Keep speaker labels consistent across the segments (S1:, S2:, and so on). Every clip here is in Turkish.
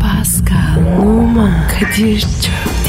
S1: Pascal, Oman, Kadir çok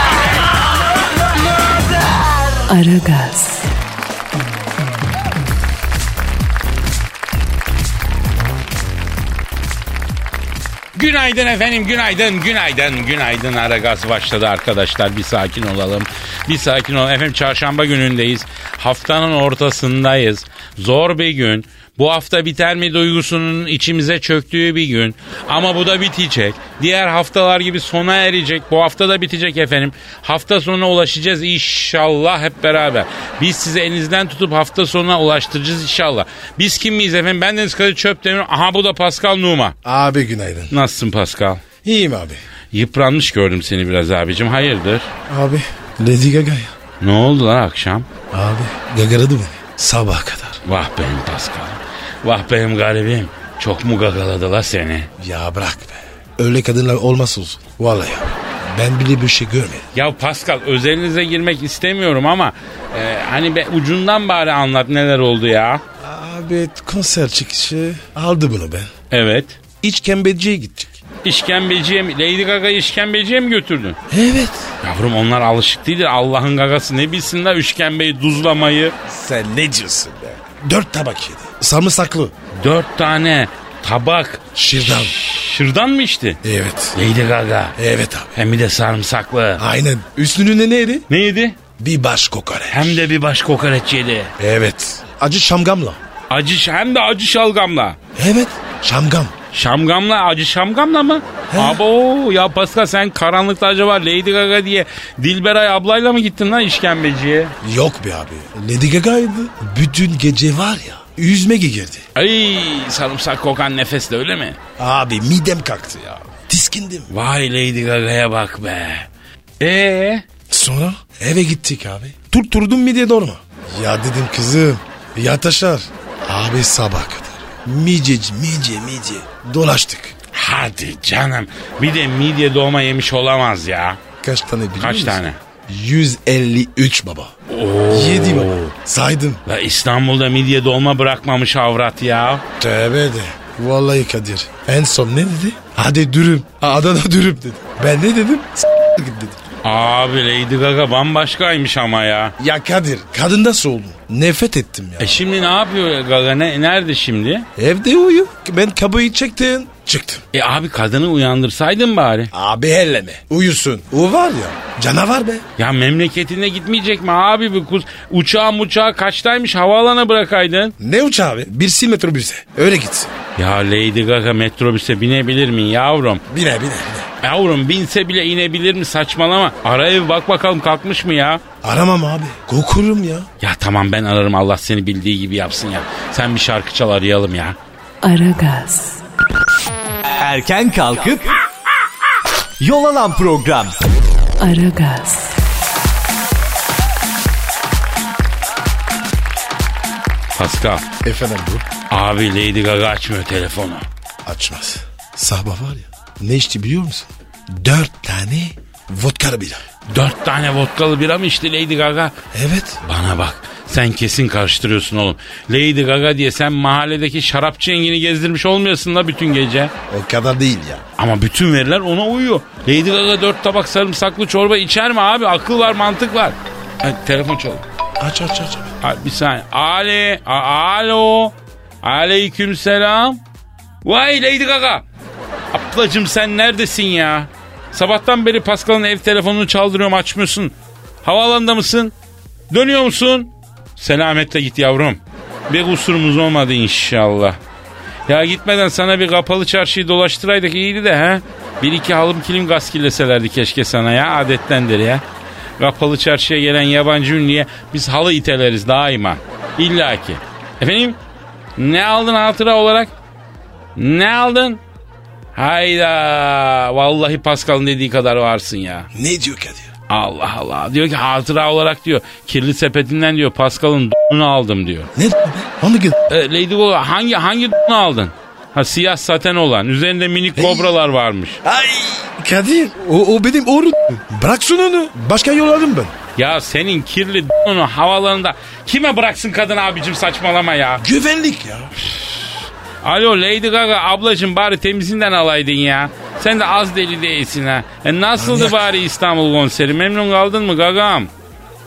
S1: Aragaz,
S2: Günaydın efendim, günaydın, günaydın, günaydın. Aragaz başladı arkadaşlar. Bir sakin olalım, bir sakin olalım. Efendim çarşamba günündeyiz. Haftanın ortasındayız. Zor bir gün. Bu hafta biter mi duygusunun içimize çöktüğü bir gün. Ama bu da bitecek. Diğer haftalar gibi sona erecek. Bu hafta da bitecek efendim. Hafta sonuna ulaşacağız inşallah hep beraber. Biz sizi elinizden tutup hafta sonuna ulaştıracağız inşallah. Biz kim miyiz efendim? Ben Deniz Kadir Çöptemir. Aha bu da Pascal Numa.
S3: Abi günaydın.
S2: Nasılsın Pascal?
S3: İyiyim abi.
S2: Yıpranmış gördüm seni biraz abicim. Hayırdır?
S3: Abi. Lady Gaga ya.
S2: Ne oldu lan akşam?
S3: Abi. Gagaradı beni. Sabaha kadar.
S2: Vah benim Pascal. Vah benim garibim. Çok mu gagaladılar seni?
S3: Ya bırak be. Öyle kadınlar olmaz olsun. Vallahi abi. Ben bile bir şey görmedim.
S2: Ya Pascal özelinize girmek istemiyorum ama e, hani be, ucundan bari anlat neler oldu ya.
S3: Abi konser çıkışı aldı bunu ben.
S2: Evet.
S3: İç kembeciye gidecek.
S2: İşkembeciye mi? Lady Gaga'yı işkembeciye mi götürdün?
S3: Evet.
S2: Yavrum onlar alışık değildir. Allah'ın gagası ne bilsinler üçgembeyi duzlamayı.
S3: Sen ne diyorsun be? Dört tabak yedi. Sarımsaklı.
S2: Dört tane tabak.
S3: Şırdan.
S2: Şırdan mı içti?
S3: Evet.
S2: Lady Gaga.
S3: Evet abi.
S2: Hem bir de sarımsaklı.
S3: Aynen. Üstünün ne neydi?
S2: Neydi?
S3: Bir baş kokoreç.
S2: Hem de bir baş kokoreç yedi.
S3: Evet. Acı şamgamla.
S2: Acı ş- hem de acı şalgamla.
S3: Evet. Şamgam.
S2: Şamgamla acı şamgamla mı? Abo ya Pascal sen karanlıkta acaba Lady Gaga diye Dilberay ablayla mı gittin lan işkembeciye?
S3: Yok be abi. Lady Gaga'ydı. Bütün gece var ya. Yüzme girdi.
S2: Ay sarımsak kokan nefesle öyle mi?
S3: Abi midem kalktı ya. Tiskindim.
S2: Vay Lady Gaga'ya bak be. Ee
S3: Sonra eve gittik abi. Tur turdum midye dorma. Ya dedim kızım. Ya taşar. Abi sabah kadar. Midye, midye, midye. Dolaştık.
S2: hadi canım bir de midye dolma yemiş olamaz ya.
S3: Kaç tane biliyor
S2: Kaç
S3: musun?
S2: tane?
S3: 153 baba.
S2: Oo.
S3: Yedi baba. Saydım.
S2: La İstanbul'da midye dolma bırakmamış avrat ya.
S3: Tövbe de. Vallahi Kadir. En son ne dedi? Hadi dürüm. Adana dürüm dedi. Ben ne dedim? S- git dedim.
S2: Abi Lady Gaga bambaşkaymış ama ya.
S3: Ya Kadir kadın nasıl oldu? Nefret ettim ya.
S2: E şimdi ne yapıyor Gaga? Ne, nerede şimdi?
S3: Evde uyu. Ben kabuğu çektim. Çıktım.
S2: E abi kadını uyandırsaydın bari.
S3: Abi elleme. Uyusun. O var ya. Canavar be.
S2: Ya memleketine gitmeyecek mi abi bu kuz? Uçağı uçağı kaçtaymış havaalanı bırakaydın.
S3: Ne uçağı abi? Birisi metrobüse. Öyle gitsin.
S2: Ya Lady Gaga metrobüse binebilir mi yavrum?
S3: Bine bine bine.
S2: Yavrum binse bile inebilir mi saçmalama. Ara ev bak bakalım kalkmış mı ya?
S3: Aramam abi. Kokurum ya.
S2: Ya tamam ben ararım Allah seni bildiği gibi yapsın ya. Sen bir şarkı çal arayalım ya.
S1: Aragaz,
S4: Erken kalkıp yol alan program.
S1: Aragaz,
S2: Pascal
S3: Efendim bu.
S2: abi Lady Gaga açmıyor telefonu.
S3: Açmaz. Sabah var ya. Ne içti biliyor musun? Dört tane vodka bira.
S2: Dört tane vodkalı bira mı içti Lady Gaga?
S3: Evet.
S2: Bana bak sen kesin karıştırıyorsun oğlum. Lady Gaga diye sen mahalledeki şarapçı yengini gezdirmiş olmayasın la bütün gece.
S3: O kadar değil ya.
S2: Ama bütün veriler ona uyuyor. Lady Gaga dört tabak sarımsaklı çorba içer mi abi? Akıl var mantık var. Hadi telefon çal.
S3: Aç aç aç.
S2: Ha, bir saniye. Ale, a- alo. Aleyküm selam. Vay Lady Gaga. Ablacım sen neredesin ya? Sabahtan beri Pascal'ın ev telefonunu çaldırıyorum açmıyorsun. Havaalanında mısın? Dönüyor musun? Selametle git yavrum. Bir kusurumuz olmadı inşallah. Ya gitmeden sana bir kapalı çarşıyı dolaştıraydık iyiydi de ha. Bir iki halım kilim gaz kirleselerdi keşke sana ya adettendir ya. Kapalı çarşıya gelen yabancı ünlüye biz halı iteleriz daima. İlla ki. Efendim ne aldın hatıra olarak? Ne aldın? Hayda. Vallahi Pascal'ın dediği kadar varsın ya.
S3: Ne diyor Kadir?
S2: Allah Allah. Diyor ki hatıra olarak diyor. Kirli sepetinden diyor Pascal'ın d***ını aldım diyor.
S3: Ne be? Onu git.
S2: E, Lady Gaga hangi hangi d***ını aldın? Ha siyah saten olan. Üzerinde minik kobralar varmış.
S3: Ay Kadir o, o benim oru. Bıraksın onu. Başka yol alırım ben.
S2: Ya senin kirli d***ını havalarında kime bıraksın kadın abicim saçmalama ya.
S3: Güvenlik ya.
S2: Alo Lady Gaga ablacım bari temizinden alaydın ya. Sen de az deli değilsin ha. E nasıldı
S3: Manyak.
S2: bari İstanbul konseri? Memnun kaldın mı gagam?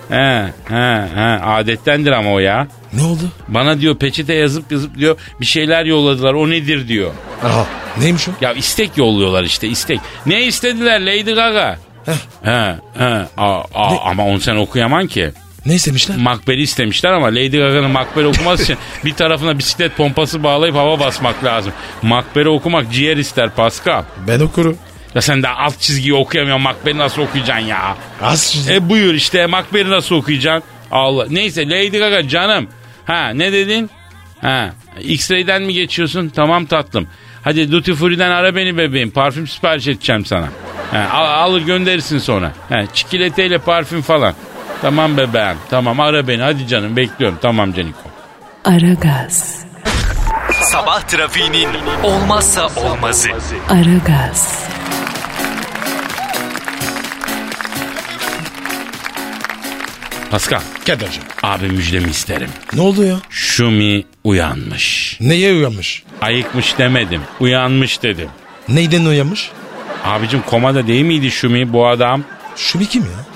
S2: He he he adettendir ama o ya.
S3: Ne oldu?
S2: Bana diyor peçete yazıp yazıp diyor bir şeyler yolladılar o nedir diyor.
S3: Aha neymiş o?
S2: Ya istek yolluyorlar işte istek. Ne istediler Lady Gaga?
S3: Heh.
S2: He he Aa, aa, ama onu sen okuyaman ki.
S3: Ne istemişler?
S2: Makbel'i istemişler ama Lady Gaga'nın Makbel'i okuması için bir tarafına bisiklet pompası bağlayıp hava basmak lazım. Makbel'i okumak ciğer ister Pascal.
S3: Ben okurum.
S2: Ya sen daha alt çizgiyi okuyamıyorsun Makbel'i nasıl okuyacaksın ya?
S3: Az
S2: E buyur işte Makbel'i nasıl okuyacaksın? Allah. Neyse Lady Gaga canım. Ha ne dedin? Ha X-Ray'den mi geçiyorsun? Tamam tatlım. Hadi Duty Free'den ara beni bebeğim. Parfüm sipariş edeceğim sana. Ha, al, alır gönderirsin sonra. Ha, çikolateyle parfüm falan. Tamam bebeğim. Tamam ara beni. Hadi canım bekliyorum. Tamam Caniko.
S1: Aragaz,
S4: Sabah trafiğinin olmazsa olmazı.
S1: Aragaz,
S2: Pascal
S3: Kadir'cim.
S2: abi müjdemi isterim.
S3: Ne oldu ya?
S2: Şumi uyanmış.
S3: Neye uyanmış?
S2: Ayıkmış demedim. Uyanmış dedim.
S3: Neyden uyanmış?
S2: Abicim komada değil miydi Şumi bu adam?
S3: Şu bir kim ya?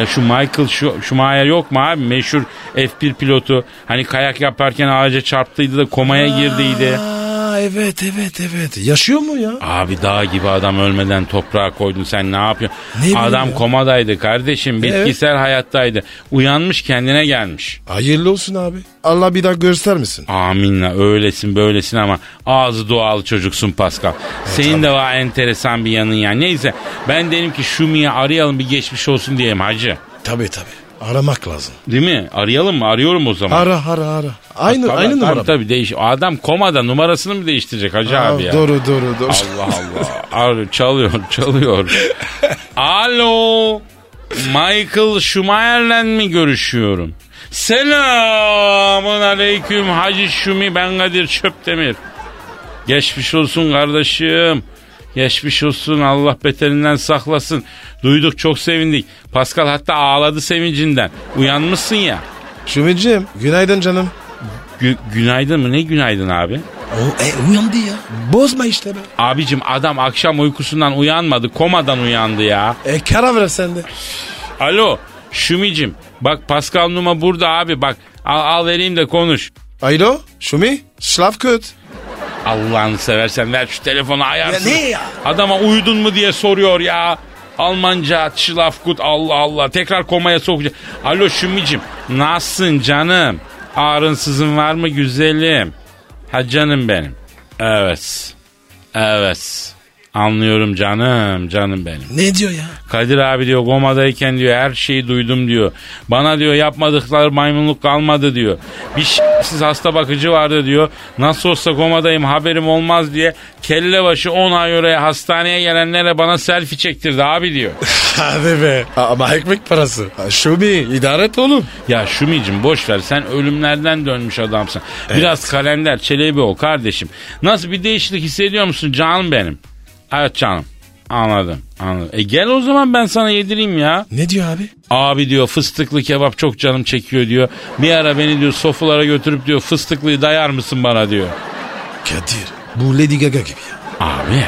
S2: Ya şu Michael şu Schumacher yok mu abi? Meşhur F1 pilotu. Hani kayak yaparken ağaca çarptıydı da komaya girdiydi.
S3: Aa evet evet evet. Yaşıyor mu ya?
S2: Abi dağ gibi adam ölmeden toprağa koydun sen ne yapıyorsun?
S3: Ne bileyim
S2: adam
S3: ya.
S2: komadaydı kardeşim bitkisel hayattaydı. Uyanmış kendine gelmiş.
S3: Hayırlı olsun abi. Allah bir daha göstermesin.
S2: Aminla öylesin böylesin ama ağzı doğal çocuksun
S3: E,
S2: Pascal. Senin de var enteresan bir yanın yani. Neyse ben derim ki Şumi'yi arayalım bir geçmiş olsun diyelim hacı.
S3: Tabii tabii. Aramak lazım.
S2: Değil mi? Arayalım mı? Arıyorum o zaman.
S3: Ara ara ara. Aynı
S2: Tabii,
S3: aynı
S2: tabii,
S3: numara.
S2: Tabii değiş. Adam komada numarasını mı değiştirecek hacı
S3: Aa,
S2: abi ya?
S3: Doğru doğru doğru.
S2: Allah Allah. Ar- çalıyor çalıyor. Alo. Michael Schumacher'le mi görüşüyorum? Selamun aleyküm Hacı Şumi ben Kadir Çöptemir. Geçmiş olsun kardeşim. Geçmiş olsun Allah beterinden saklasın. Duyduk çok sevindik. Pascal hatta ağladı sevincinden. Uyanmışsın ya.
S3: Şumicim günaydın canım.
S2: Gü- günaydın mı? Ne günaydın abi?
S3: O, e, uyandı ya. Bozma işte be.
S2: Abicim adam akşam uykusundan uyanmadı. Komadan uyandı ya.
S3: E karar ver sen de.
S2: Alo Şumicim. Bak Pascal Numa burada abi bak. Al, al vereyim de konuş.
S3: Alo Şumi şlaf köt.
S2: Allah'ını seversen ver şu telefonu ayarsın.
S3: Ya ne ya?
S2: Adama uyudun mu diye soruyor ya. Almanca, çılafkut, Allah Allah. Tekrar komaya sokacak. Alo Şumicim. Nasılsın canım? Ağrınsızın var mı güzelim? Ha canım benim. Evet. Evet. Anlıyorum canım, canım benim.
S3: Ne diyor ya?
S2: Kadir abi diyor komadayken diyor her şeyi duydum diyor. Bana diyor yapmadıkları maymunluk kalmadı diyor. Bir siz hasta bakıcı vardı diyor. Nasıl olsa komadayım haberim olmaz diye kelle başı 10 ay oraya hastaneye gelenlere bana selfie çektirdi abi diyor.
S3: Hadi be. Ama ekmek parası. Ha, Şumi idare et oğlum.
S2: Ya Şumicim boş ver sen ölümlerden dönmüş adamsın. Biraz kalender çelebi ol kardeşim. Nasıl bir değişiklik hissediyor musun canım benim? Evet canım. Anladım, anladım. E gel o zaman ben sana yedireyim ya.
S3: Ne diyor abi?
S2: Abi diyor fıstıklı kebap çok canım çekiyor diyor. Bir ara beni diyor sofulara götürüp diyor fıstıklıyı dayar mısın bana diyor.
S3: Kadir bu Lady Gaga gibi ya.
S2: Abi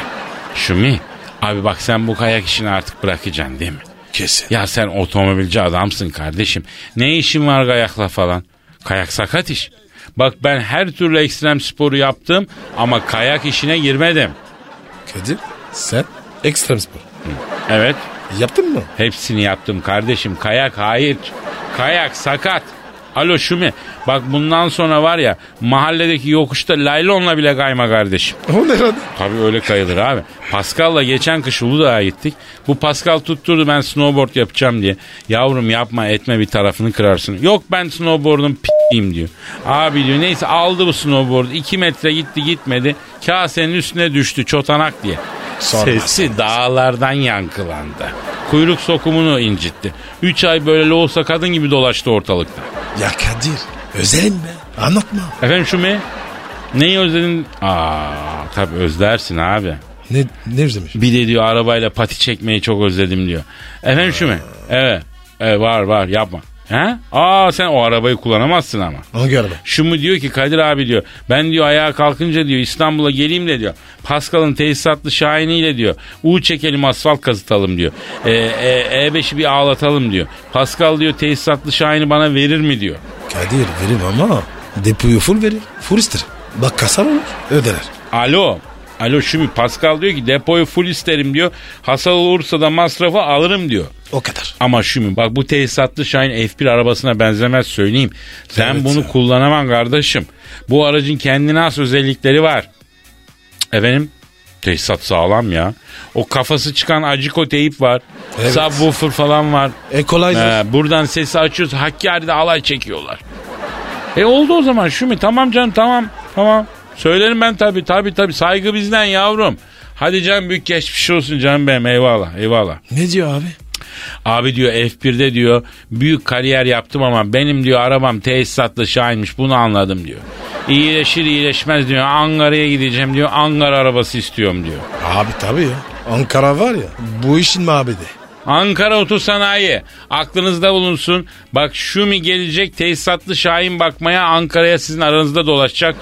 S2: Şumi abi bak sen bu kayak işini artık bırakacaksın değil mi?
S3: Kesin.
S2: Ya sen otomobilci adamsın kardeşim. Ne işin var kayakla falan? Kayak sakat iş. Bak ben her türlü ekstrem sporu yaptım ama kayak işine girmedim.
S3: Kadir sen ekstrem spor.
S2: Evet
S3: Yaptın mı?
S2: Hepsini yaptım kardeşim. Kayak hayır. Kayak sakat. Alo Şumi bak bundan sonra var ya mahalledeki yokuşta laylonla bile kayma kardeşim.
S3: O ne lan?
S2: Tabii öyle kayılır abi. Pascal'la geçen kış Uludağ'a gittik. Bu Pascal tutturdu ben snowboard yapacağım diye. Yavrum yapma etme bir tarafını kırarsın. Yok ben snowboard'un p- s**eyim diyor. Abi diyor neyse aldı bu snowboard. 2 metre gitti gitmedi. Kasenin üstüne düştü çotanak diye.
S3: Sorma.
S2: Sesi dağlardan yankılandı. Kuyruk sokumunu incitti. 3 ay böyle loğusa kadın gibi dolaştı ortalıkta.
S3: Ya Kadir özelim mi? Anlatma.
S2: Efendim şu mi? Neyi özledin? Aa tabii özlersin abi.
S3: Ne, ne özlemiş?
S2: Bir de diyor arabayla pati çekmeyi çok özledim diyor. Efendim şu mu? Evet. Evet var var yapma. He? Aa sen o arabayı kullanamazsın ama.
S3: Hangi araba?
S2: Şu mu diyor ki Kadir abi diyor. Ben diyor ayağa kalkınca diyor İstanbul'a geleyim de diyor. Pascal'ın tesisatlı şahiniyle diyor. U çekelim asfalt kazıtalım diyor. E, e, E5'i bir ağlatalım diyor. Pascal diyor tesisatlı şahini bana verir mi diyor.
S3: Kadir verim ama depoyu full verir. Full ister. Bak kasar olur. Ödeler.
S2: Alo. Alo şu mu? Pascal diyor ki depoyu full isterim diyor. Hasar olursa da masrafı alırım diyor.
S3: O kadar.
S2: Ama şu mü? Bak bu tesisatlı Şahin F1 arabasına benzemez söyleyeyim. Sen
S3: Evet
S2: bunu
S3: ya.
S2: kullanamam kardeşim. Bu aracın kendine has özellikleri var. Cık, Efendim? Tesisat sağlam ya. O kafası çıkan aciko teyip var.
S3: Evet.
S2: Subwoofer falan var.
S3: E kolaydır.
S2: Ee, buradan sesi açıyoruz. Hakkari'de alay çekiyorlar. E oldu o zaman şu mu? Tamam canım tamam. Tamam. Söylerim ben tabii tabii tabii. Saygı bizden yavrum. Hadi canım büyük geçmiş olsun canım benim. Eyvallah eyvallah.
S3: Ne diyor abi?
S2: Abi diyor F1'de diyor büyük kariyer yaptım ama benim diyor arabam tesisatlı Şahin'miş bunu anladım diyor. İyileşir iyileşmez diyor Ankara'ya gideceğim diyor Ankara arabası istiyorum diyor.
S3: Abi tabii ya. Ankara var ya bu işin mabedi.
S2: Ankara Otosanayi aklınızda bulunsun. Bak Şumi gelecek tesisatlı Şahin bakmaya Ankara'ya sizin aranızda dolaşacak.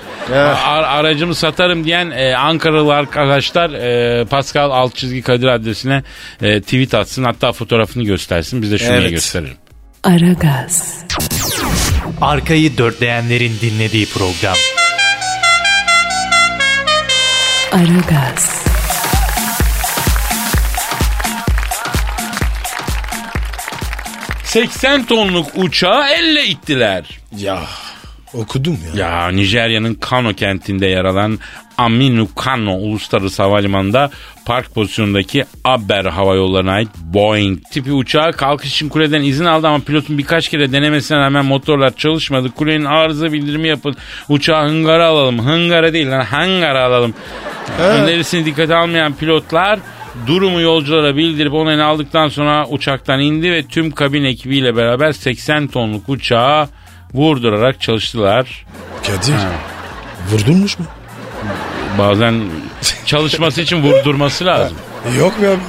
S2: Ar- aracımı satarım diyen e, Ankaralı arkadaşlar e, Pascal alt çizgi Kadir adresine e, tweet atsın hatta fotoğrafını göstersin biz de Şumi'ye
S3: Evet.
S2: gösterelim.
S1: Aragaz,
S4: Arkayı dörtleyenlerin dinlediği program.
S1: Aragaz,
S2: Cık. 80 tonluk uçağı elle ittiler.
S3: Ya okudum ya.
S2: Ya Nijerya'nın Kano kentinde yer alan Aminu Kano Uluslararası Havalimanı'nda park pozisyonundaki Aber Hava Yolları'na ait Boeing tipi uçağı kalkış için kuleden izin aldı ama pilotun birkaç kere denemesine rağmen motorlar çalışmadı. Kulenin arıza bildirimi yapın. Uçağı hıngara alalım. Hıngara değil lan hangara alalım. Önerisini dikkate almayan pilotlar durumu yolculara bildirip onayını aldıktan sonra uçaktan indi ve tüm kabin ekibiyle beraber 80 tonluk uçağı vurdurarak çalıştılar.
S3: Kadir vurdurmuş mu?
S2: Bazen çalışması için vurdurması lazım.
S3: Yok be abi.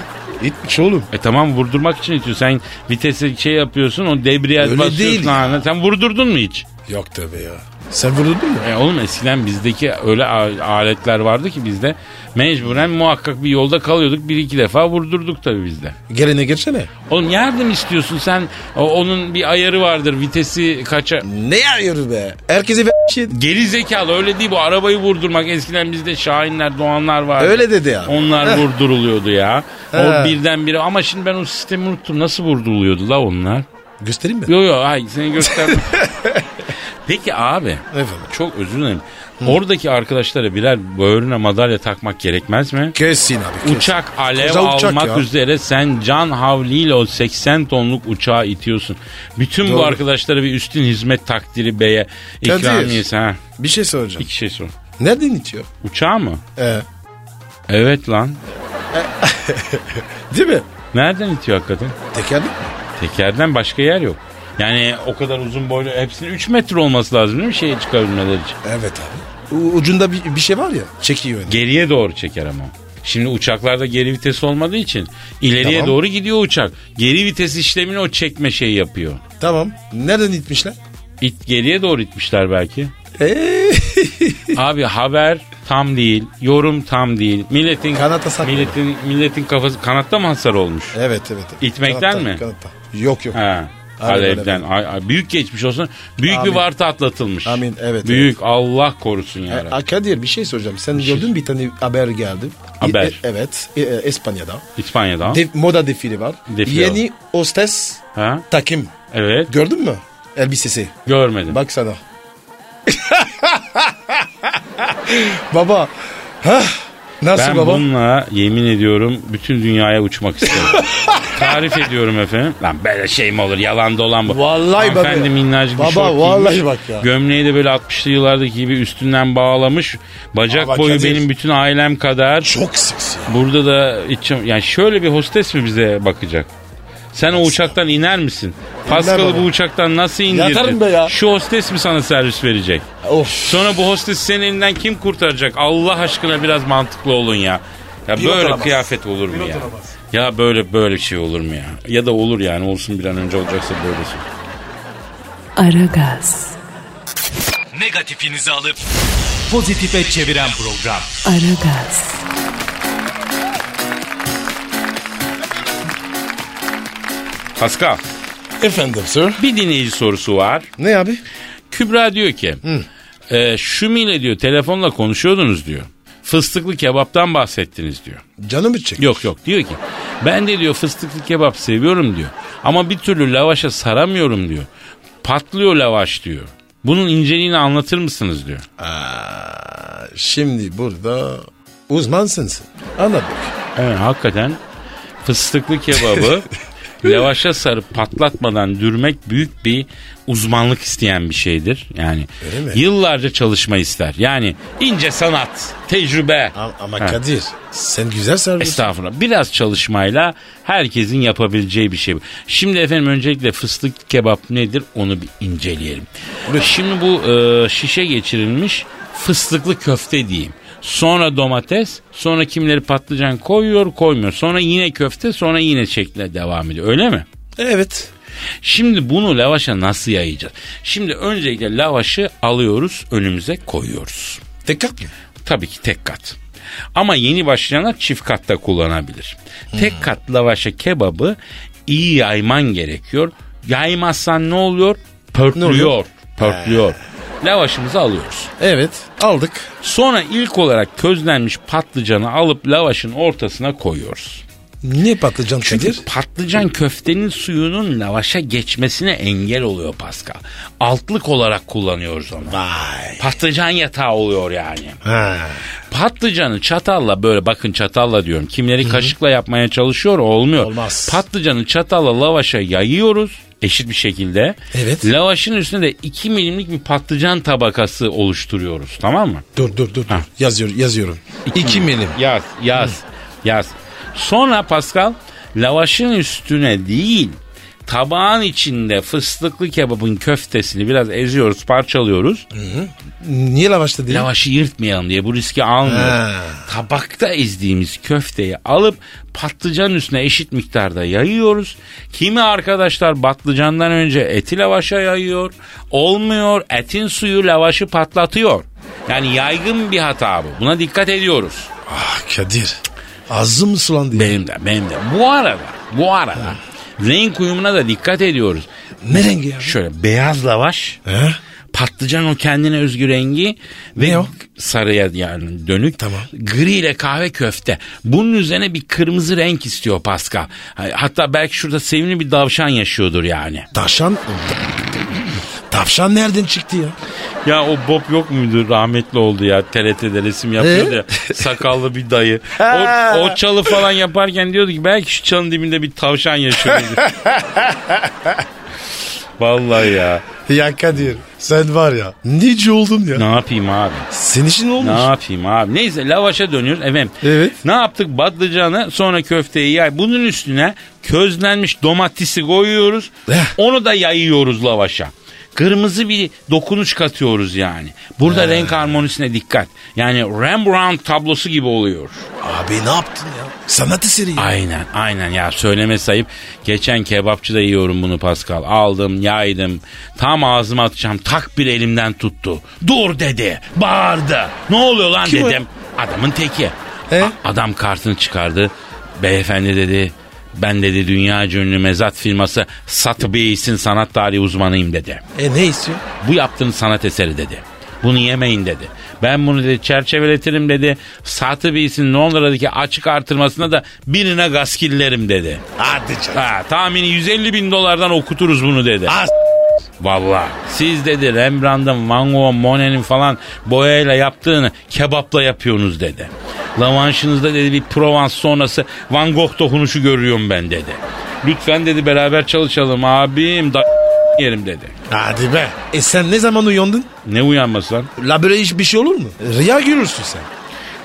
S3: İtmiş oğlum.
S2: E tamam vurdurmak için itiyor. Sen vitese şey yapıyorsun o debriyaj
S3: Öyle
S2: basıyorsun.
S3: değil ya.
S2: ağına. Sen vurdurdun mu hiç?
S3: Yok tabii ya. Sen vurdurdun mu?
S2: E oğlum eskiden bizdeki öyle a- aletler vardı ki bizde mecburen muhakkak bir yolda kalıyorduk. Bir iki defa vurdurduk tabii bizde.
S3: Gelene geçene.
S2: Oğlum yardım istiyorsun sen o- onun bir ayarı vardır vitesi kaça.
S3: Ne yarıyoruz be? Herkese bir şey.
S2: Geri zekalı öyle değil bu arabayı vurdurmak eskiden bizde Şahinler Doğanlar vardı.
S3: Öyle dedi ya.
S2: Onlar vurduruluyordu ya. O
S3: He.
S2: birden bire ama şimdi ben o sistemi unuttum. Nasıl vurduruluyordu la onlar?
S3: Göstereyim mi?
S2: Yo yo ay seni gösterdim. Peki abi
S3: Efendim.
S2: çok özür dilerim. Oradaki arkadaşlara birer böğrüne madalya takmak gerekmez mi?
S3: Kesin abi. kesin.
S2: Uçak alev
S3: Koca uçak
S2: almak
S3: ya.
S2: üzere sen can havliyle o 80 tonluk uçağı itiyorsun. Bütün bu
S3: Doğru.
S2: arkadaşlara bir üstün hizmet takdiri beye
S3: Kadir.
S2: ikramiyesi ha.
S3: Bir şey soracağım.
S2: İki şey sor.
S3: Nereden itiyor?
S2: Uçağı mı?
S3: Ee,
S2: Evet lan.
S3: değil mi?
S2: Nereden itiyor hakikaten?
S3: Tekerlek mi?
S2: Tekerden başka yer yok. Yani o kadar uzun boylu hepsinin 3 metre olması lazım değil mi şeye çıkabilmeleri için?
S3: Evet abi. U- ucunda bir, bir şey var ya. Çekiyor öne.
S2: Geriye doğru çeker ama. Şimdi uçaklarda geri vites olmadığı için ileriye
S3: Tamam.
S2: doğru gidiyor uçak. Geri vites işlemini o çekme şeyi yapıyor.
S3: Tamam. Nereden itmişler?
S2: İt geriye doğru itmişler belki.
S3: Eee.
S2: Abi haber tam değil, yorum tam değil. Milletin
S3: Kanata saklı.
S2: milletin milletin kafası kanatta mı hasar olmuş?
S3: evet evet. evet.
S2: İtmekten
S3: Kanattan,
S2: mi?
S3: kanattan. Yok yok.
S2: Ha.
S3: Aynen
S2: Alevden. Ay- ay, büyük geçmiş olsun. Büyük
S3: Amin.
S2: bir varta atlatılmış.
S3: Amin, evet,
S2: Büyük Allah korusun ya.
S3: E,
S2: Rabbi.
S3: a- Kadir bir şey soracağım. Sen gördün mü bir tane haber geldi.
S2: Haber.
S3: E- e- evet. E- e, İspanya'da.
S2: İspanya'da.
S3: De- moda defili var.
S2: Defile
S3: Yeni hostes
S2: ha?
S3: takım.
S2: Evet.
S3: Gördün mü? Elbisesi.
S2: Görmedim.
S3: Bak sana. Baba. Hah. Nasıl
S2: Ben
S3: baba?
S2: bununla yemin ediyorum bütün dünyaya uçmak isterim. Tarif ediyorum efendim. Lan böyle şey mi olur yalan dolan bu.
S3: Vallahi baba.
S2: Hanımefendi minnacık
S3: Baba,
S2: bir şort
S3: vallahi
S2: giymiş.
S3: bak ya.
S2: Gömleği de böyle 60'lı yıllardaki gibi üstünden bağlamış. Bacak
S3: Ama
S2: boyu
S3: Kadir-
S2: benim bütün ailem kadar.
S3: Çok seks ya.
S2: Burada da içim yani şöyle bir hostes mi bize bakacak? Sen o uçaktan iner misin? Paskal'ı
S3: baba.
S2: bu uçaktan nasıl indirdin?
S3: Yatarım be ya.
S2: Şu hostes mi sana servis verecek?
S3: Of.
S2: Sonra bu hostes senin elinden kim kurtaracak? Allah aşkına biraz mantıklı olun ya. Ya böyle
S3: oturamaz.
S2: kıyafet olur mu ya? Ya böyle böyle şey olur mu ya? Ya da olur yani olsun bir an önce olacaksa şey. böylesi.
S1: Aragaz,
S4: Negatifinizi alıp pozitife çeviren program.
S1: Aragaz,
S2: Pascal
S3: Efendim sir.
S2: bir dinleyici sorusu var.
S3: Ne abi?
S2: Kübra diyor ki e, Şumi'yle diyor telefonla konuşuyordunuz diyor. Fıstıklı kebaptan bahsettiniz diyor.
S3: Canım içecek.
S2: Yok yok diyor ki ben de diyor fıstıklı kebap seviyorum diyor. Ama bir türlü lavaşa saramıyorum diyor. Patlıyor lavaş diyor. Bunun inceliğini anlatır mısınız diyor.
S3: Aa, şimdi burada uzmansın sen. Anladık.
S2: Evet hakikaten fıstıklı kebabı lavaşa sarıp patlatmadan dürmek büyük bir uzmanlık isteyen bir şeydir. Yani
S3: Öyle mi?
S2: yıllarca çalışma ister. Yani ince sanat, tecrübe.
S3: Ama, ama
S2: Ha.
S3: Kadir sen güzel servis.
S2: Estağfurullah. Biraz çalışmayla herkesin yapabileceği bir şey. bu. Şimdi efendim öncelikle fıstık kebap nedir onu bir inceleyelim. Şimdi bu e, şişe geçirilmiş fıstıklı köfte diyeyim. Sonra domates, sonra kimleri patlıcan koyuyor koymuyor. Sonra yine köfte, sonra yine şekle devam ediyor. Öyle mi?
S3: Evet.
S2: Şimdi bunu lavaşa nasıl yayacağız? Şimdi öncelikle lavaşı alıyoruz, önümüze koyuyoruz.
S3: Tekrar mı?
S2: Tabii ki tek kat. Ama yeni başlayanlar çift kat da kullanabilir. Tek kat lavaşa kebabı iyi yayman gerekiyor. Yaymazsan ne oluyor? Pörtlüyor.
S3: oluyor?
S2: Pörtlüyor. Lavaşımızı alıyoruz.
S3: Evet aldık.
S2: Sonra ilk olarak közlenmiş patlıcanı alıp lavaşın ortasına koyuyoruz.
S3: Ne patlıcan
S2: Çünkü
S3: Kadir?
S2: patlıcan köftenin suyunun lavaşa geçmesine engel oluyor Pascal. Altlık olarak kullanıyoruz onu.
S3: Vay.
S2: Patlıcan yatağı oluyor yani.
S3: Ha.
S2: Patlıcanı çatalla böyle bakın çatalla diyorum. Kimleri kaşıkla yapmaya çalışıyor olmuyor.
S3: Olmaz.
S2: Patlıcanı çatalla lavaşa yayıyoruz eşit bir şekilde.
S3: Evet.
S2: Lavaşın üstüne de 2 milimlik bir patlıcan tabakası oluşturuyoruz tamam mı?
S3: Dur dur dur. dur. Yazıyorum yazıyorum. İki milim.
S2: Yaz yaz yaz. Sonra Pascal lavaşın üstüne değil tabağın içinde fıstıklı kebabın köftesini biraz eziyoruz parçalıyoruz.
S3: Niye lavaşta değil?
S2: Lavaşı yırtmayalım diye bu riski almıyoruz.
S3: Ha.
S2: Tabakta ezdiğimiz köfteyi alıp patlıcan üstüne eşit miktarda yayıyoruz. Kimi arkadaşlar patlıcandan önce eti lavaşa yayıyor. Olmuyor etin suyu lavaşı patlatıyor. Yani yaygın bir hata bu. Buna dikkat ediyoruz.
S3: Ah Kadir. Ağzım sulandı. ya.
S2: Benim de benim de. Bu arada bu arada renk uyumuna da dikkat ediyoruz.
S3: Ne rengi ya?
S2: Şöyle beyaz lavaş
S3: He?
S2: Patlıcan o kendine özgü rengi ve
S3: Ne o?
S2: sarıya yani dönük.
S3: Tamam.
S2: Gri ile kahve köfte. Bunun üzerine bir kırmızı renk istiyor Pascal. Ha- Hatta belki şurada sevimli bir davşan yaşıyordur yani.
S3: Tavşan. Tavşan nereden çıktı ya?
S2: Ya o Bob yok muydu rahmetli oldu ya TRT'de resim yapıyordu
S3: Ee?
S2: ya sakallı bir dayı. O,
S3: Ha.
S2: o çalı falan yaparken diyordu ki belki şu çalın dibinde bir tavşan yaşıyor. dedi. Vallahi ya.
S3: Ya Kadir sen var ya. Nici oldun ya.
S2: Ne yapayım abi?
S3: Senin için olmuş.
S2: Ne yapayım abi? Neyse lavaşa dönüyoruz. Efendim.
S3: Evet.
S2: Ne yaptık? Patlıcanı sonra köfteyi yay. Bunun üstüne közlenmiş domatesi koyuyoruz.
S3: Eh.
S2: Onu da yayıyoruz lavaşa. Kırmızı bir dokunuş katıyoruz yani.
S3: Eh.
S2: Burada renk harmonisine dikkat. Yani Rembrandt tablosu gibi oluyor.
S3: Abi ne yaptın ya? Sanat eseri ya.
S2: Aynen aynen ya söyleme sayıp geçen kebapçıda yiyorum bunu Pascal. Aldım yaydım tam ağzıma atacağım tak bir elimden tuttu. Dur dedi bağırdı. Ne oluyor lan
S3: Kim o?
S2: dedim. Adamın teki.
S3: E?
S2: A- adam kartını çıkardı. Beyefendi dedi ben dedi dünya ünlü mezat firması Satı Bey'sin sanat tarihi uzmanıyım dedi.
S3: E ne istiyor?
S2: Bu yaptığın sanat eseri dedi. Bunu yemeyin dedi. Ben bunu dedi çerçeveletirim dedi. Satı bilsin Londra'daki açık artırmasına da birine gaskillerim dedi.
S3: Hadi canım.
S2: Ha, tahmini 150 bin dolardan okuturuz bunu dedi.
S3: As-
S2: Valla siz dedi Rembrandt'ın, Van Gogh'un, Monet'in falan boyayla yaptığını kebapla yapıyorsunuz dedi. Lavanşınızda dedi bir Provence sonrası Van Gogh dokunuşu görüyorum ben dedi. Lütfen dedi beraber çalışalım abim da yerim dedi.
S3: Hadi be. E sen ne zaman uyandın?
S2: Ne uyanması lan?
S3: La böyle iş bir şey olur mu? Rüya görürsün sen.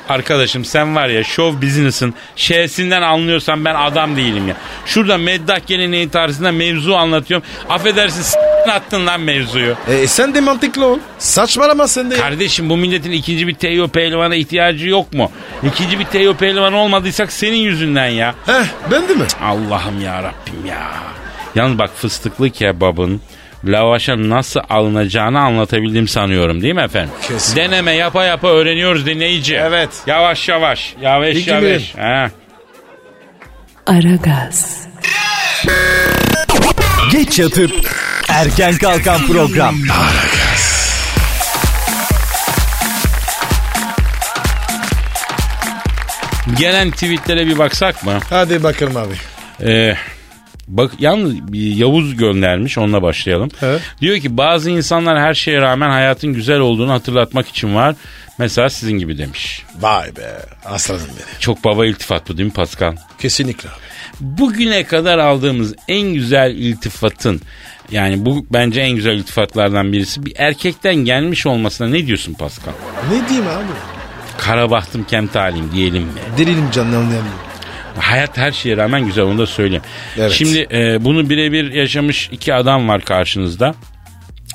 S2: Arkadaşım sen var ya show business'ın şeysinden anlıyorsan ben adam değilim ya. Şurada meddah geleneği tarzında mevzu anlatıyorum. Affedersin s**tin attın lan mevzuyu.
S3: E sen de mantıklı ol. Saçmalama sen de.
S2: Kardeşim bu milletin ikinci bir Teo Pehlivan'a ihtiyacı yok mu? İkinci bir Teo Pehlivan olmadıysak senin yüzünden ya.
S3: Heh ben de mi?
S2: Allah'ım ya Rabbim ya. Yalnız bak fıstıklı kebabın lavaşa nasıl alınacağını anlatabildim sanıyorum değil mi efendim?
S3: Kesin.
S2: Deneme yapa yapa öğreniyoruz dinleyici.
S3: Evet.
S2: Yavaş yavaş. Yavaş
S3: İki
S2: yavaş. Ha.
S1: Aragaz,
S4: Geç yatıp erken kalkan program.
S2: Gelen tweetlere bir baksak mı?
S3: Hadi bakalım abi.
S2: Ee, bak yalnız bir Yavuz göndermiş onunla başlayalım.
S3: Evet.
S2: Diyor ki bazı insanlar her şeye rağmen hayatın güzel olduğunu hatırlatmak için var. Mesela sizin gibi demiş.
S3: Vay be aslanım beni.
S2: Çok baba iltifat bu değil mi Pascal?
S3: Kesinlikle abi.
S2: Bugüne kadar aldığımız en güzel iltifatın yani bu bence en güzel iltifatlardan birisi bir erkekten gelmiş olmasına ne diyorsun Pascal?
S3: Ne diyeyim abi?
S2: Karabahtım kemtalim diyelim mi?
S3: Delilim canlarını yanıyor.
S2: Hayat her şeye rağmen güzel onu da söyleyeyim.
S3: Evet.
S2: Şimdi e, bunu birebir yaşamış iki adam var karşınızda.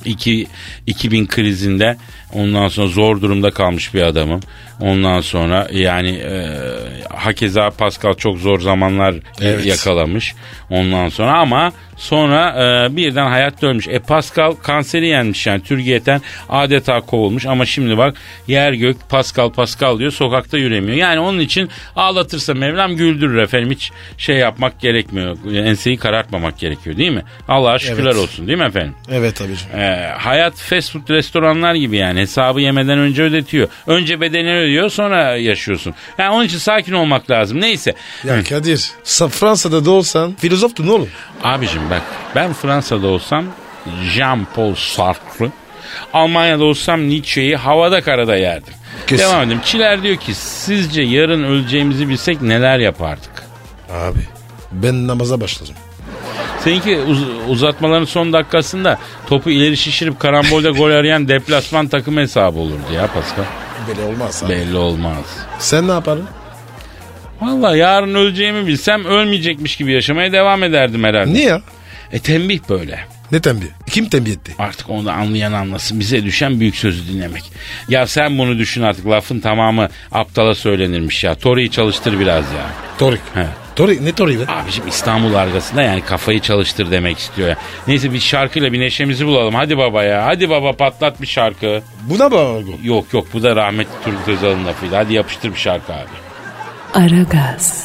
S2: İki, 2000 krizinde ondan sonra zor durumda kalmış bir adamım. Ondan sonra yani e, hakeza Pascal çok zor zamanlar e,
S3: Evet.
S2: yakalamış. Ondan sonra ama sonra e, birden hayat dönmüş. E Pascal kanseri yenmiş yani Türkiye'den adeta kovulmuş ama şimdi bak yer gök Pascal Pascal diyor sokakta yüremiyor. Yani onun için ağlatırsa Mevlam güldürür efendim hiç şey yapmak gerekmiyor. Enseyi karartmamak gerekiyor değil mi? Allah'a şükürler
S3: Evet.
S2: olsun değil mi efendim?
S3: Evet abicim.
S2: Ee, hayat fast food restoranlar gibi yani hesabı yemeden önce ödetiyor. Önce bedeni ödüyor sonra yaşıyorsun. Yani onun için sakin olmak lazım. Neyse.
S3: Ya Kadir sa- Fransa'da da olsan filozoftun oğlum.
S2: Abicim bak ben Fransa'da olsam Jean Paul Sartre Almanya'da olsam Nietzsche'yi havada karada yerdim.
S3: Kesin.
S2: Devam edelim. Çiler diyor ki sizce yarın öleceğimizi bilsek neler yapardık?
S3: Abi ben namaza başladım.
S2: Seninki uz- uzatmaların son dakikasında topu ileri şişirip karambolda gol arayan deplasman takım hesabı olurdu ya Pascal.
S3: Böyle olmaz abi.
S2: Belli olmaz.
S3: Sen ne yapardın?
S2: Valla yarın öleceğimi bilsem ölmeyecekmiş gibi yaşamaya devam ederdim herhalde.
S3: Niye ya?
S2: E tembih böyle.
S3: Ne tembih? Kim tembih etti?
S2: Artık onu da anlayan anlasın. Bize düşen büyük sözü dinlemek. Ya sen bunu düşün artık. Lafın tamamı aptala söylenirmiş ya. Tori'yi çalıştır biraz ya.
S3: Torik.
S2: He.
S3: Torik ne torik be?
S2: Abicim İstanbul argasında yani kafayı çalıştır demek istiyor ya. Neyse bir şarkıyla bir neşemizi bulalım. Hadi baba ya. Hadi baba patlat bir şarkı.
S3: Buna bak oğlum.
S2: Yok yok bu da rahmetli Turgut Özal'ın lafıydı. Hadi yapıştır bir şarkı abi.
S1: Aragaz,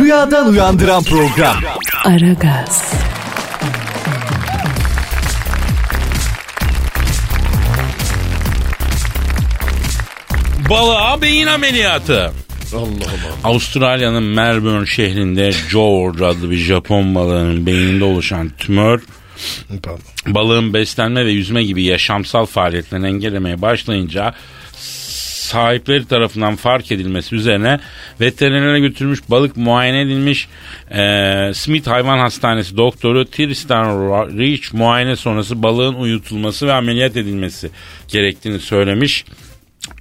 S4: Rüyadan uyandıran program.
S1: Aragaz,
S2: Balığa beyin ameliyatı.
S3: Allah'ım.
S2: Avustralya'nın Melbourne şehrinde George adlı bir Japon balığının beyninde oluşan tümör
S3: Pardon.
S2: balığın beslenme ve yüzme gibi yaşamsal faaliyetlerini engellemeye başlayınca sahipleri tarafından fark edilmesi üzerine veterinere götürmüş balık muayene edilmiş Ee, Smith Hayvan Hastanesi doktoru Tristan Ra- Rich muayene sonrası balığın uyutulması ve ameliyat edilmesi gerektiğini söylemiş.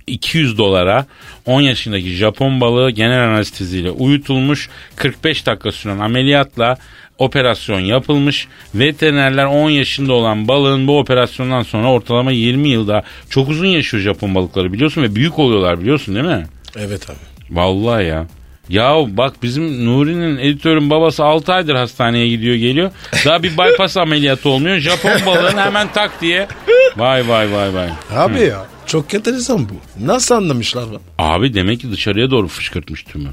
S2: 200 dolara 10 yaşındaki Japon balığı genel anesteziyle uyutulmuş 45 dakika süren ameliyatla operasyon yapılmış. Veterinerler 10 yaşında olan balığın bu operasyondan sonra ortalama 20 yılda çok uzun yaşıyor Japon balıkları biliyorsun ve büyük oluyorlar biliyorsun değil mi?
S3: Evet abi.
S2: Vallahi ya. Yahu bak bizim Nuri'nin editörün babası 6 aydır hastaneye gidiyor geliyor. Daha bir bypass ameliyatı olmuyor. Japon balığını hemen tak diye. Vay vay vay vay.
S3: Abi ya çok enteresan bu. Nasıl anlamışlar lan?
S2: Abi demek ki dışarıya doğru fışkırtmış tümör.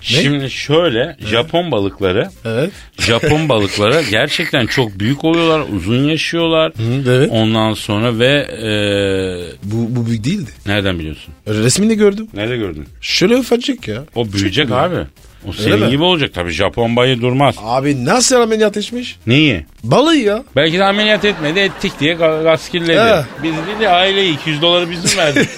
S2: Şimdi şöyle Japon balıkları
S3: Evet.
S2: Japon balıkları gerçekten çok büyük oluyorlar, uzun yaşıyorlar.
S3: Hı, evet.
S2: Ondan sonra ve e,
S3: Bu, bu büyük değildi.
S2: nereden biliyorsun?
S3: Resmini gördüm.
S2: Nerede gördün?
S3: Şöyle ufacık ya.
S2: O büyüyecek
S3: Çok
S2: abi. O senin
S3: mi?
S2: gibi olacak tabii. Japon bayı durmaz.
S3: Abi nasıl ameliyat etmiş?
S2: Neyi?
S3: Balığı ya.
S2: Belki de ameliyat etmedi ettik diye ga- gaskilledi.
S3: He.
S2: Biz bir de aileye 200 doları bizim verdik.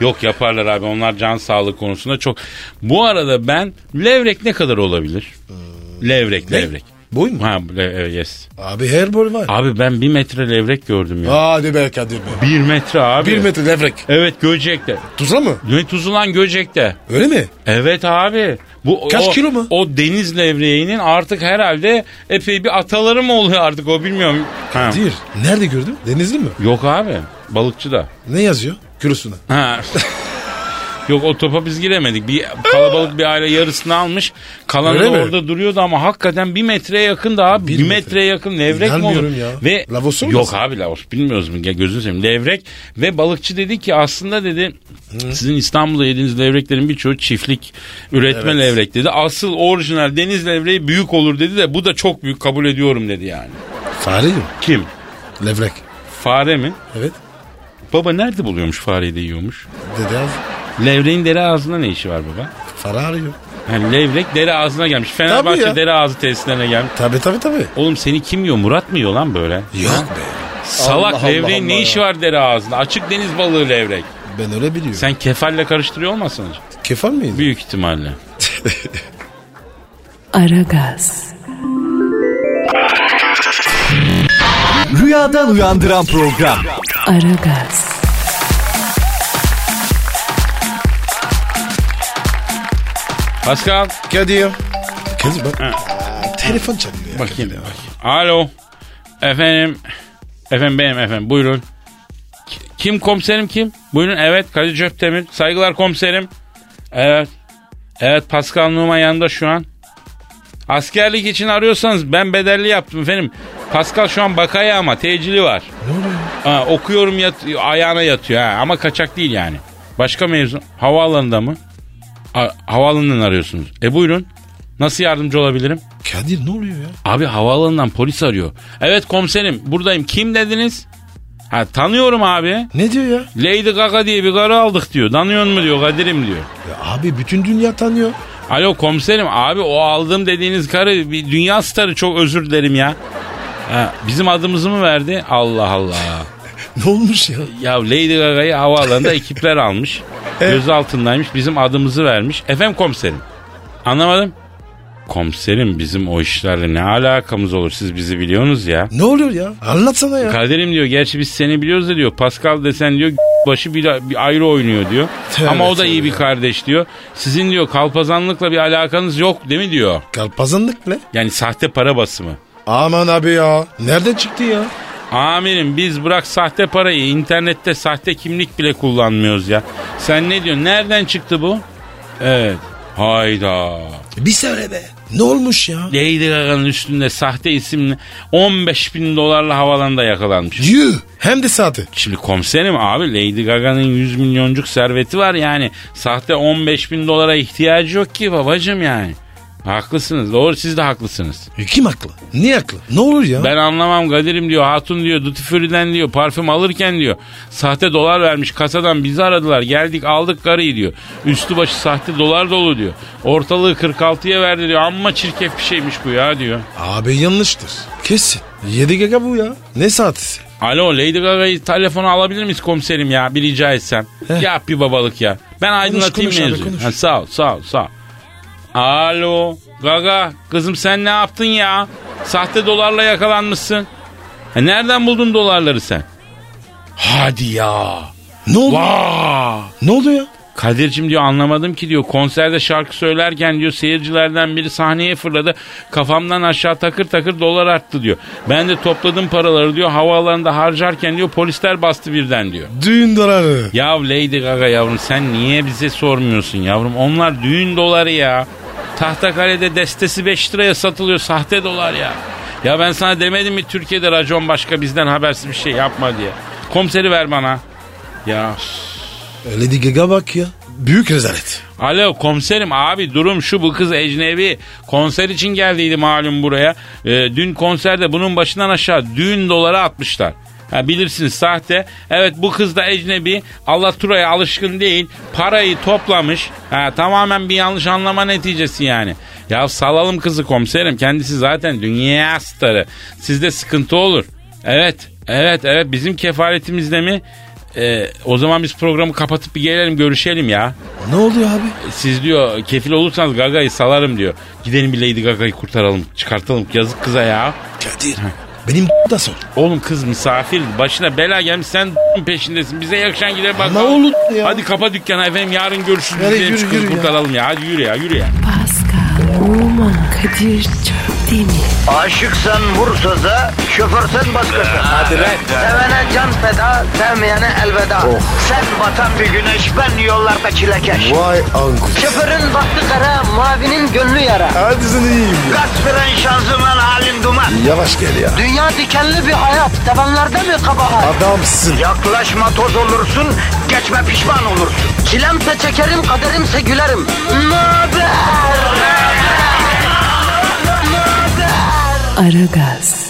S2: Yok yaparlar abi onlar can sağlığı konusunda çok. Bu arada ben levrek ne kadar olabilir? Levrek
S3: Ee, Ne?
S2: levrek.
S3: Boy mu?
S2: Ha le- evet, yes.
S3: Abi her boy var.
S2: Abi ben bir metre levrek gördüm ya.
S3: Hadi be Kadir be.
S2: Bir metre abi.
S3: Bir metre levrek.
S2: Evet Göcek'te.
S3: Tuza mı?
S2: Ne tuzu lan Göcek'te.
S3: Öyle mi?
S2: Evet abi. Bu
S3: Kaç
S2: o,
S3: kilo mu?
S2: O deniz levreğinin artık herhalde epey bir ataları mı oluyor artık o bilmiyorum. Ha.
S3: Kadir. Nerede gördün? Denizli mi?
S2: Yok abi. Balıkçı da.
S3: Ne yazıyor? Kilosuna.
S2: Ha. Yok o topa biz giremedik. Bir kalabalık bir aile yarısını almış. Kalanı
S3: Öyle
S2: da
S3: mi?
S2: orada duruyordu ama hakikaten bir metreye yakın da abi.
S3: Bir
S2: Bir,
S3: metre.
S2: metreye yakın levrek mi olur?
S3: İnanmıyorum ya.
S2: Ve
S3: Lavos olmasın?
S2: Yok abi lavos bilmiyoruz mu? Gel Gözünü seveyim. Levrek ve balıkçı dedi ki aslında dedi sizin İstanbul'da yediğiniz levreklerin birçoğu çiftlik üretme
S3: Evet.
S2: levrek dedi. Asıl orijinal deniz levreği büyük olur dedi de bu da çok büyük kabul ediyorum dedi yani.
S3: Fare mi?
S2: Kim?
S3: Levrek.
S2: Fare mi?
S3: Evet.
S2: Baba nerede buluyormuş fareyi de yiyormuş?
S3: Dede az.
S2: Levreğin dere ağzında ne işi var baba?
S3: Fare arıyor.
S2: Yani levrek dere ağzına gelmiş. Fenerbahçe
S3: ya.
S2: dere ağzı tesislerine gelmiş.
S3: Tabi tabi tabi.
S2: Oğlum seni kim yiyor? Murat mı yiyor lan böyle?
S3: Yok be.
S2: Salak
S3: Allah
S2: levreğin
S3: Allah
S2: ne
S3: ya.
S2: işi var dere ağzında? Açık deniz balığı levrek.
S3: Ben öyle biliyorum.
S2: Sen kefalle karıştırıyor olmasın?
S3: Kefal miydi?
S2: Büyük ihtimalle.
S1: Aragaz,
S4: Rüyadan uyandıran program.
S1: Aragaz,
S2: Pascal
S3: Kadir. Kadir bak. Aa, Telefon çalıyor. ya.
S2: bakayım. bakayım. Alo. Efendim. Efendim benim efendim. Buyurun. Ki- Kim komiserim kim? Buyurun evet Kadir Çöptemir. Saygılar komiserim. Evet. Evet Pascal Numa yanında şu an. Askerlik için arıyorsanız ben bedelli yaptım efendim. Pascal şu an bakaya ama tecili var.
S3: Ne oluyor?
S2: Ha, okuyorum yat, ayağına yatıyor ha. ama kaçak değil yani. Başka mevzu havaalanında mı? A- havaalanından arıyorsunuz. E buyurun. Nasıl yardımcı olabilirim?
S3: Kadir ne oluyor ya?
S2: Abi havaalanından polis arıyor. Evet komiserim buradayım. Kim dediniz? Ha tanıyorum abi.
S3: Ne diyor ya?
S2: Lady Gaga diye bir karı aldık diyor. Tanıyor mu diyor Kadir'im diyor.
S3: ya? Abi bütün dünya tanıyor.
S2: Alo komiserim abi o aldım dediğiniz karı bir dünya starı çok özür dilerim ya. Ha, bizim adımızı mı verdi? Allah Allah.
S3: Ne olmuş ya?
S2: Ya Lady Gaga'yı havaalanında ekipler almış. Göz altındaymış. Bizim adımızı vermiş. Efendim komiserim. Anlamadım. Komiserim bizim o işlerle ne alakamız olur siz bizi biliyorsunuz ya.
S3: Ne oluyor ya? Anlatsana ya.
S2: Kaderim diyor gerçi biz seni biliyoruz da diyor. Pascal desen diyor başı bir, bir ayrı oynuyor diyor.
S3: Tövbe
S2: Ama o da
S3: tövbe
S2: iyi bir
S3: ya.
S2: kardeş diyor. Sizin diyor kalpazanlıkla bir alakanız yok değil mi diyor.
S3: Kalpazanlık ne?
S2: Yani sahte para basımı.
S3: Aman abi ya. Nereden çıktı ya?
S2: Amirim biz bırak sahte parayı internette sahte kimlik bile kullanmıyoruz ya. Sen ne diyorsun? Nereden çıktı bu? Evet. Hayda.
S3: Bir söyle be. Ne olmuş ya?
S2: Lady Gaga'nın üstünde sahte isimle 15 bin dolarla havalanda yakalanmış.
S3: Yuh. Hem de saati.
S2: Şimdi komiserim abi Lady Gaga'nın 100 milyoncuk serveti var yani. Sahte 15 bin dolara ihtiyacı yok ki babacım yani. Haklısınız doğru siz de haklısınız.
S3: E, Kim haklı? Niye haklı? Ne olur ya?
S2: Ben anlamam Kadir'im diyor. Hatun diyor. Duty Free'den diyor. Parfüm alırken diyor. Sahte dolar vermiş. Kasadan bizi aradılar. Geldik aldık karıyı diyor. Üstü başı sahte dolar dolu diyor. Ortalığı 46'ya verdi diyor. Amma çirkef bir şeymiş bu ya diyor.
S3: Abi yanlıştır. Kesin. 7 giga bu ya. Ne saatisi?
S2: Alo Lady Gaga'yı telefona alabilir miyiz komiserim ya? Bir rica etsem.
S3: Heh.
S2: Yap bir babalık ya. Ben aydınlatayım
S3: konuş abi,
S2: mevzuyu.
S3: konuş.
S2: Ha, sağ ol sağ ol sağ ol. Alo Gaga kızım sen ne yaptın ya? Sahte dolarla yakalanmışsın. Ha, nereden buldun dolarları sen? Hadi ya.
S3: Ne oldu?
S2: Vaa.
S3: Ne oldu ya?
S2: Kadir'cim diyor anlamadım ki diyor konserde şarkı söylerken diyor seyircilerden biri sahneye fırladı kafamdan aşağı takır takır dolar arttı diyor. Ben de topladım paraları diyor havaalanında harcarken diyor polisler bastı birden diyor.
S3: Düğün doları.
S2: Ya Lady Gaga yavrum sen niye bize sormuyorsun yavrum onlar düğün doları ya. Tahtakale'de destesi 5 liraya satılıyor sahte dolar ya. Ya ben sana demedim mi Türkiye'de racon başka bizden habersiz bir şey yapma diye. Komiseri ver bana. Ya
S3: Lady Gaga bak ya. Büyük rezalet.
S2: Alo komiserim abi durum şu bu kız ecnebi konser için geldiydi malum buraya. Ee, dün konserde bunun başından aşağı düğün doları atmışlar. Ha, bilirsiniz sahte. Evet bu kız da ecnebi. Allatura'ya alışkın değil. Parayı toplamış. Ha, tamamen bir yanlış anlama neticesi yani. Ya salalım kızı komiserim. Kendisi zaten dünya starı. Sizde sıkıntı olur. Evet. Evet evet bizim kefaletimizde mi? Ee, o zaman biz programı kapatıp bir gelelim görüşelim ya.
S3: Ne oluyor abi?
S2: Siz diyor kefil olursanız Gaga'yı salarım diyor. Gidelim bir Lady Gaga'yı kurtaralım çıkartalım yazık kıza ya.
S3: Kadir. Benim da sor.
S2: Oğlum kız misafir başına bela gelmiş sen peşindesin bize yakışan gider bak.
S3: Ne olur ya?
S2: Hadi kapa dükkanı efendim yarın görüşürüz.
S3: Hadi
S2: Gidelim
S3: yürü,
S2: şu
S3: yürü
S2: kızı
S3: ya.
S2: kurtaralım ya. hadi yürü ya yürü ya.
S1: Pascal, Oman, Kadir çok değil mi?
S5: Aşıksan vursa da, şoförsen başkasın. Hadi Sevene can feda, sevmeyene elveda.
S3: Oh.
S5: Sen batan bir güneş, ben yollarda çilekeş.
S3: Vay anku.
S5: Şoförün baktı kara, mavinin gönlü yara.
S3: Hadi sen iyiyim ya.
S5: Kasperen şanzıman halin duman.
S3: Yavaş gel ya.
S5: Dünya dikenli bir hayat, sevenlerde mi kabahar?
S3: Adamsın.
S5: Yaklaşma toz olursun, geçme pişman olursun. Çilemse çekerim, kaderimse gülerim. Möber!
S1: Aragaz.